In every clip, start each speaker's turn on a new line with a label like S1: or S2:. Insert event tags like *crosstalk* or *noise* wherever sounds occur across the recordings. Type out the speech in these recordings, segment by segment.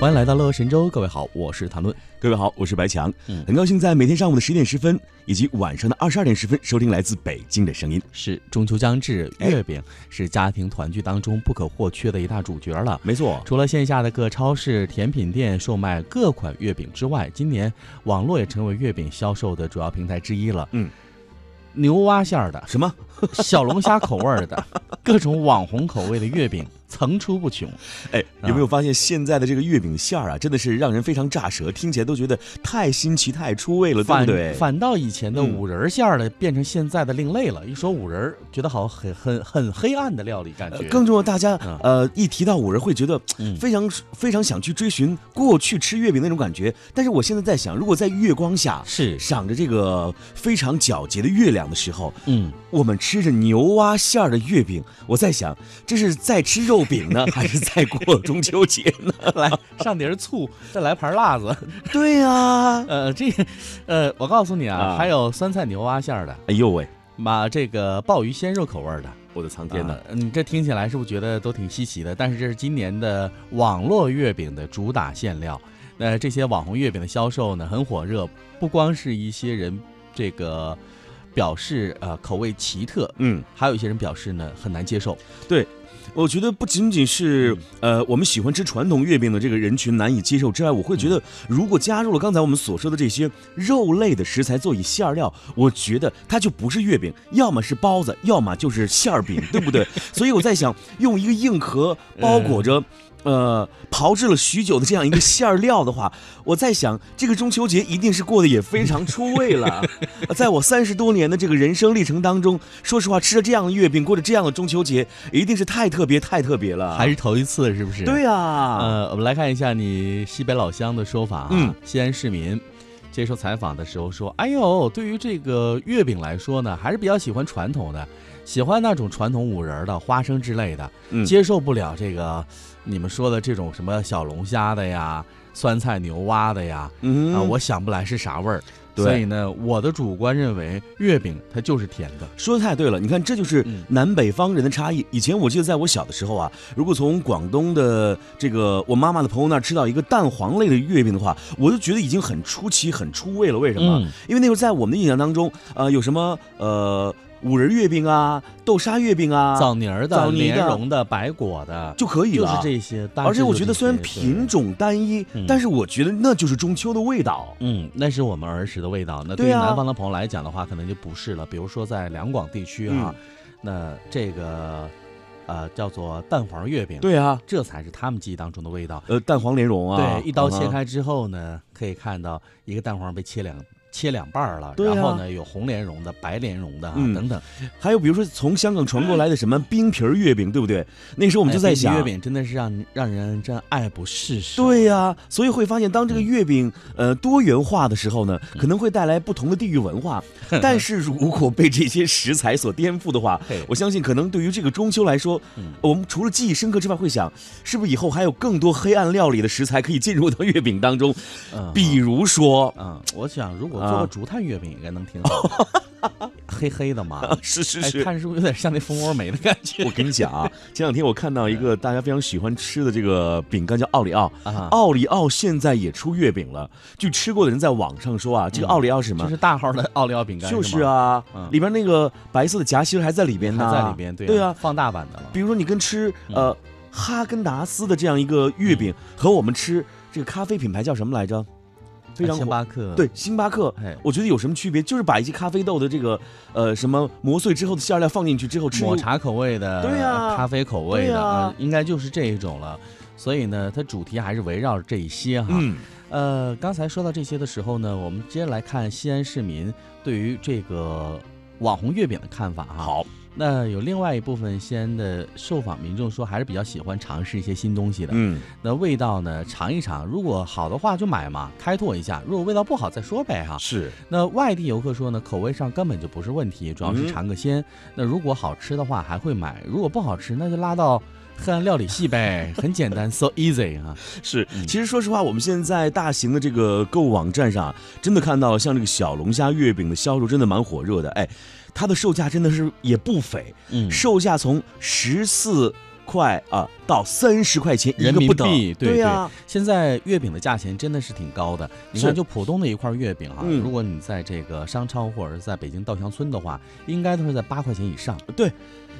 S1: 欢迎来到乐游神州，各位好，我是谭论。
S2: 各位好，我是白强，
S1: 嗯
S2: 很高兴在每天上午的十点十分以及晚上的二十二点十分收听来自北京的声音。
S1: 是中秋将至，
S2: 哎
S1: 月饼是家庭团聚当中不可或缺的一大主角了。
S2: 没错，
S1: 除了线下的各超市、甜品店售卖各款月饼之外，今年网络也成为月饼销售的主要平台之一了。
S2: 嗯，
S1: 牛蛙馅儿的、
S2: 什么？
S1: 小龙虾口味儿的、各种网红口味的月饼层出不穷。
S2: 哎，
S1: 啊
S2: 有没有发现现在的这个月饼馅儿啊，真的是让人非常炸舌，听起来都觉得太新奇、太出味了，对不
S1: 反
S2: 对？
S1: 反倒以前的
S2: 嗯
S1: 五仁儿馅儿的变成现在的另类了。一说五仁儿，觉得好很很很黑暗的料理感
S2: 呃
S1: 觉。
S2: 更重要，大家
S1: 嗯
S2: 呃一提到五仁会觉得
S1: 嗯
S2: 非常非常想去追寻过去吃月饼那种感觉，但是我现在在想，如果在月光下
S1: 是
S2: 赏着这个非常皎洁的月亮的时候，
S1: 嗯，
S2: 我们吃着牛蛙馅儿的月饼，我在想，这是在吃肉饼呢，还是在过中秋节呢？
S1: 来
S2: *laughs*
S1: 上碟儿醋，再来盘儿辣子。 *laughs*
S2: 对呀、
S1: 呃，这个，呃，我告诉你啊，
S2: 啊
S1: 还有酸菜牛蛙馅儿的，
S2: 哎呦喂，
S1: 把这个鲍鱼鲜肉口味儿的。
S2: 我的苍天呐！
S1: 啊你这听起来是不是觉得都挺稀奇的？但是这是今年的网络月饼的主打馅料。那、这些网红月饼的销售呢，很火热，不光是一些人这个表示呃口味奇特，
S2: 嗯，
S1: 还有一些人表示呢很难接受。
S2: 我觉得不仅仅是呃我们喜欢吃传统月饼的这个人群难以接受之外，我会觉得如果加入了刚才我们所说的这些肉类的食材做以馅儿料，我觉得它就不是月饼，要么是包子，要么就是馅儿饼，对不对？所以我在想，用一个硬壳包裹着。呃，炮制了许久的这样一个馅儿料的话， *laughs* 我在想，这个中秋节一定是过得也非常出味
S1: *laughs*
S2: 了。啊在我三十多年的这个人生历程当中，说实话，吃着这样的月饼，过着这样的中秋节，一定是太特别、太特别了。
S1: 还是头一次，是不是？
S2: 啊对啊，
S1: 呃，我们来看一下你西北老乡的说法啊。
S2: 嗯
S1: 西安市民接受采访的时候说：“哎呦，对于这个月饼来说呢，还是比较喜欢传统的，喜欢那种传统五仁儿的、花生之类的，
S2: 嗯
S1: 接受不了这个你们说的这种什么小龙虾的呀、酸菜牛蛙的呀，
S2: 嗯
S1: 啊、我想不来是啥味儿。”
S2: 对
S1: 所以呢，我的主观认为，月饼它就是甜的。
S2: 说的太对了，你看这就是
S1: 嗯
S2: 南北方人的差异。以前我记得在我小的时候啊，如果从广东的这个我妈妈的朋友那儿吃到一个蛋黄类的月饼的话，我就觉得已经很出奇、很出味了。为什么？
S1: 嗯
S2: 因为那时候在我们的印象当中，呃，有什么呃五仁月饼啊、豆沙月饼啊
S1: 枣泥儿的、
S2: 枣泥的
S1: 莲蓉的、白果的，
S2: 就可以
S1: 就
S2: 了。
S1: 是这些。大
S2: 而
S1: 致
S2: 且我
S1: 就
S2: 觉
S1: 这
S2: 得虽然
S1: 些
S2: 品
S1: 对
S2: 种单一
S1: 嗯，
S2: 但是我觉得那就是中秋的味道。
S1: 嗯，那是我们儿时的味道。那对于
S2: 对啊
S1: 南方的朋友来讲的话，可能就不是了。比如说在两广地区啊，
S2: 嗯
S1: 那这个呃叫做蛋黄月饼，，
S2: 对啊，
S1: 这才是他们记忆当中的味道。
S2: 呃，蛋黄莲蓉啊，
S1: 对，一刀
S2: 嗯
S1: 切
S2: 哼，
S1: 开之后呢，可以看到一个蛋黄被切两切两半儿了，
S2: 对啊
S1: 然后呢有红莲蓉的、白莲蓉的啊、
S2: 嗯
S1: 等等。
S2: 还有比如说从香港传过来的什么冰皮儿月饼，对
S1: *laughs*
S2: 不对？那时候我
S1: 我
S2: 们就在想，
S1: 哎月饼真的是让让人真爱不释手。
S2: 对呀、所以会发现，当
S1: 嗯
S2: 这个月饼呃多元化的时候呢，可能会带来不同的地域
S1: *laughs*
S2: 文化。但是如果被这些食材所颠覆的话
S1: 嘿，
S2: 我相信可能对于这个中秋来说，
S1: 嗯
S2: 我们除了记忆深刻之外，会想是不是以后还有更多黑暗料理的食材可以进入到月饼当中？
S1: 嗯，
S2: *laughs* 比如说，
S1: 嗯，我想如果做个
S2: 啊
S1: 竹炭月饼应该能挺
S2: *laughs*
S1: 好，黑黑的嘛。
S2: 是是
S1: 哎，
S2: 是。
S1: 看着是不是有点像那蜂窝煤的感觉
S2: 我跟你讲啊，前两天我看到一
S1: *laughs*
S2: 个大家非常喜欢吃的这个饼干，叫奥里奥。
S1: 啊？
S2: 奥里奥现在也出月饼了，据吃过的人在网上说啊，这个奥里奥是什
S1: 嗯
S2: 么
S1: 就？是大号的奥利奥饼干，
S2: 就是
S1: 吗，
S2: 啊
S1: 嗯，
S2: 里边那个白色的夹心儿还在里边呢，
S1: 还在里边，对
S2: 对啊，
S1: 放大版的了。
S2: 比如说你跟吃
S1: 嗯
S2: 呃哈根达斯的这样一个月饼，和我们吃这个咖啡品牌叫什么来着？非
S1: 呃
S2: 常
S1: 哎星
S2: 火
S1: 巴克，
S2: 对，星巴克。
S1: 哎，
S2: 我觉得有什么区别？就是把一些咖啡豆的这个呃什么磨碎之后的馅料放进去之后吃一
S1: 抹茶口味的，
S2: 对啊
S1: 咖啡口味
S2: 对
S1: 的
S2: 啊
S1: 啊，应该就是这一种了。所以呢，它主题还是围绕着这一些哈。
S2: 嗯，
S1: 呃，刚才说到这些的时候呢，我们接着来看西安市民对于这个网红月饼的看法哈。
S2: 好，
S1: 那有另外一部分西安的受访民众说，还是比较喜欢尝试一些新东西的。
S2: 嗯，
S1: 那味道呢，尝一尝，如果好的话就买嘛，开拓一下；如果味道不好再说呗哈。
S2: 是，
S1: 那外地游客说呢，口味上根本就不是问题，主要是
S2: 嗯
S1: 尝个鲜。那如果好吃的话还会买，如果不好吃那就拉到黑暗料理系呗，很简单，so *laughs* easy 啊。
S2: 是
S1: 嗯，
S2: 其实说实话，我们现在大型的这个购物网站上啊，真的看到了像这个小龙虾月饼的销售真的蛮火热的，哎，它的售价真的是也不菲，
S1: 嗯
S2: 售价从十四块啊到三十块钱一
S1: 人
S2: 个
S1: 民
S2: 不等，
S1: 币对
S2: 对呀、
S1: 现在月饼的价钱真的是挺高的，你
S2: 是
S1: 看就普通的一块月饼哈，
S2: 嗯
S1: 如果你在这个商超或者是在北京稻香村的话，应该都是在八块钱以上。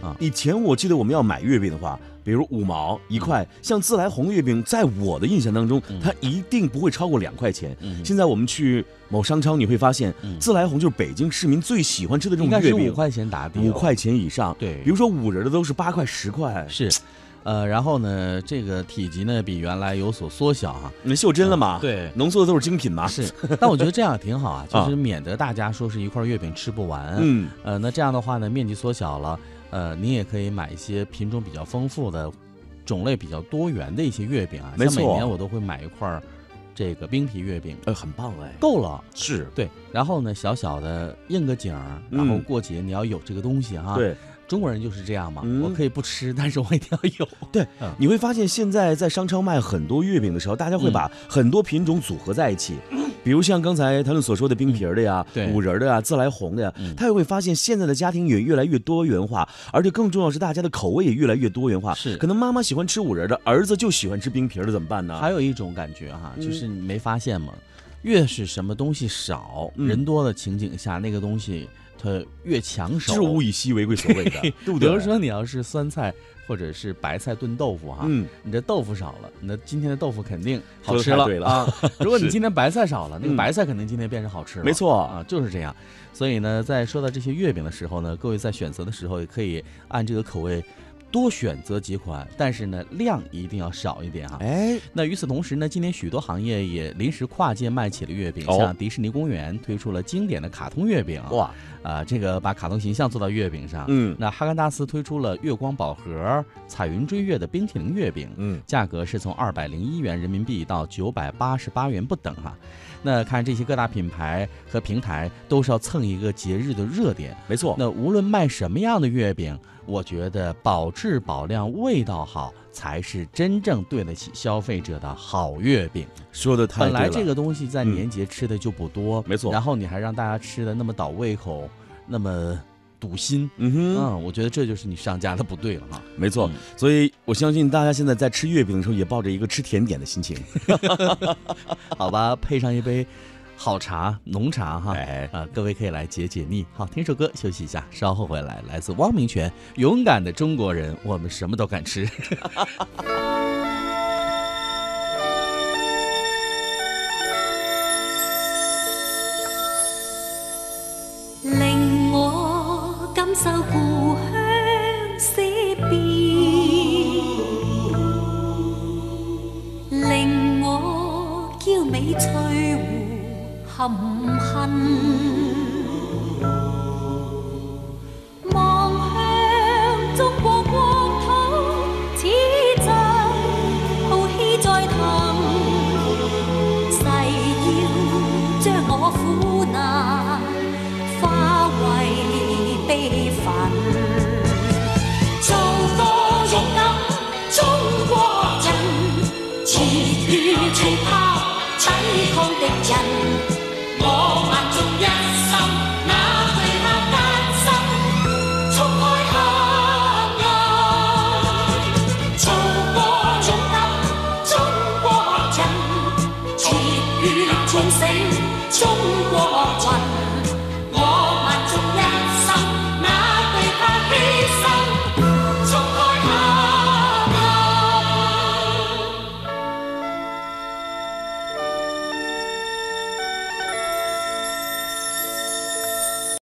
S1: 啊
S2: 以前我记得我们要买月饼的话，比如五毛一
S1: 嗯
S2: 块，像自来红月饼，在我的印象当中，它一定不会超过两块钱。
S1: 嗯
S2: 现在我们去某商超，你会发现
S1: 嗯，
S2: 自来红就是北京市民最喜欢吃的这
S1: 应
S2: 种
S1: 该
S2: 月
S1: 是五
S2: 饼，
S1: 块钱打底、
S2: 五。块钱以上。
S1: 对
S2: 比如说五仁的都是八块、十块。
S1: 是，呃，然后呢，这个体积呢比原来有所缩小哈、
S2: 你袖珍了嘛？
S1: 对
S2: 浓缩的都是精品嘛。
S1: 是，但我觉得这样挺好啊， *laughs* 就是免得大家说是一块月饼吃不完。
S2: 嗯，
S1: 呃，那这样的话呢，面积缩小了，呃，你也可以买一些品种比较丰富的、种类比较多元的一些月饼啊。
S2: 没
S1: 像每
S2: 错
S1: 年我都会买一块儿这个冰皮月饼，
S2: 呃，很棒哎。
S1: 够了。
S2: 是，
S1: 对，然后呢，小小的应个景儿，然后
S2: 嗯
S1: 过节你要有这个东西哈、，
S2: 对，
S1: 中国人就是这样嘛，
S2: 嗯
S1: 我可以不吃，但是我一定要有。
S2: 你会发现现在在商超卖很多月饼的时候，大家会把
S1: 嗯
S2: 很多品种组合在一起，比如像刚才谭论所说的冰皮儿的呀、
S1: 对嗯
S2: 五仁儿的呀、自来红的呀，他也会发现现在的家庭也越来越多元化，而且更重要是大家的口味也越来越多元化。
S1: 是
S2: 可能妈妈喜欢吃五仁儿的，儿子就喜欢吃冰皮儿的，怎么办呢？
S1: 还有一种感觉
S2: 嗯
S1: 哈、就是你没发现吗？越是什么东西少、
S2: 嗯
S1: 人多的情景下，那个东西它越抢手。
S2: 这是物以稀为贵所
S1: *laughs*
S2: 谓的，对不
S1: 比
S2: 对？
S1: 如说你要是酸菜或者是白菜炖豆腐哈，
S2: 嗯，
S1: 你这豆腐少了，你的今天的豆腐肯定好吃
S2: 说得太对了 *laughs*
S1: 啊。如果你
S2: 是
S1: 今天白菜少了，那个
S2: 嗯
S1: 白菜肯定今天变成好吃了。
S2: 没错
S1: 啊，就是这样。所以呢，在说到这些月饼的时候呢，各位在选择的时候也可以按这个口味多选择几款，但是呢，量一定要少一点哈。
S2: 哎，
S1: 那与此同时呢，今年许多行业也临时跨界卖起了月饼，
S2: 哦
S1: 像迪士尼公园推出了经典的卡通月饼，啊、
S2: 哇，
S1: 这个把卡通形象做到月饼上。
S2: 嗯
S1: 那哈根达斯推出了月光宝盒、彩云追月的冰淇淋月饼，
S2: 嗯，
S1: 价格是从二百零一元人民币到九百八十八元不等哈、那看这些各大品牌和平台都是要蹭一个节日的热点。
S2: 没错。
S1: 那无论卖什么样的月饼，我觉得保质保量、味道好才是真正对得起消费者的好月饼。
S2: 说的太
S1: 本
S2: 哎对了。嗯
S1: 来这个东西在年节吃的就不多，
S2: 没错
S1: 然后你还让大家吃的那么倒胃口，那么堵心，
S2: 嗯哼，
S1: 嗯，我觉得这就是你上架的不对了
S2: *laughs*
S1: 哈。
S2: 没错
S1: 嗯，
S2: 所以我相信大家现在在吃月饼的时候，也抱着一个吃甜点的心情。
S1: 好吧，配上一杯好茶，浓茶哈。
S2: 哎
S1: 啊，各位可以来解解腻。好，听首歌休息一下，稍后回来。来自汪明荃，《勇敢的中国人》，我们什么都敢吃。
S3: 令我感受故鄉思變，令我嬌美翠湖含恨。望向中國國土，此際浩熙在騰。誓要將我苦難化為悲憤。做個勇敢中國人，前與隨拋抵抗敵人。我萬眾一心，那懼怕艱辛，衝開黑暗。做個勇敢中國人，絕遇全城中國人。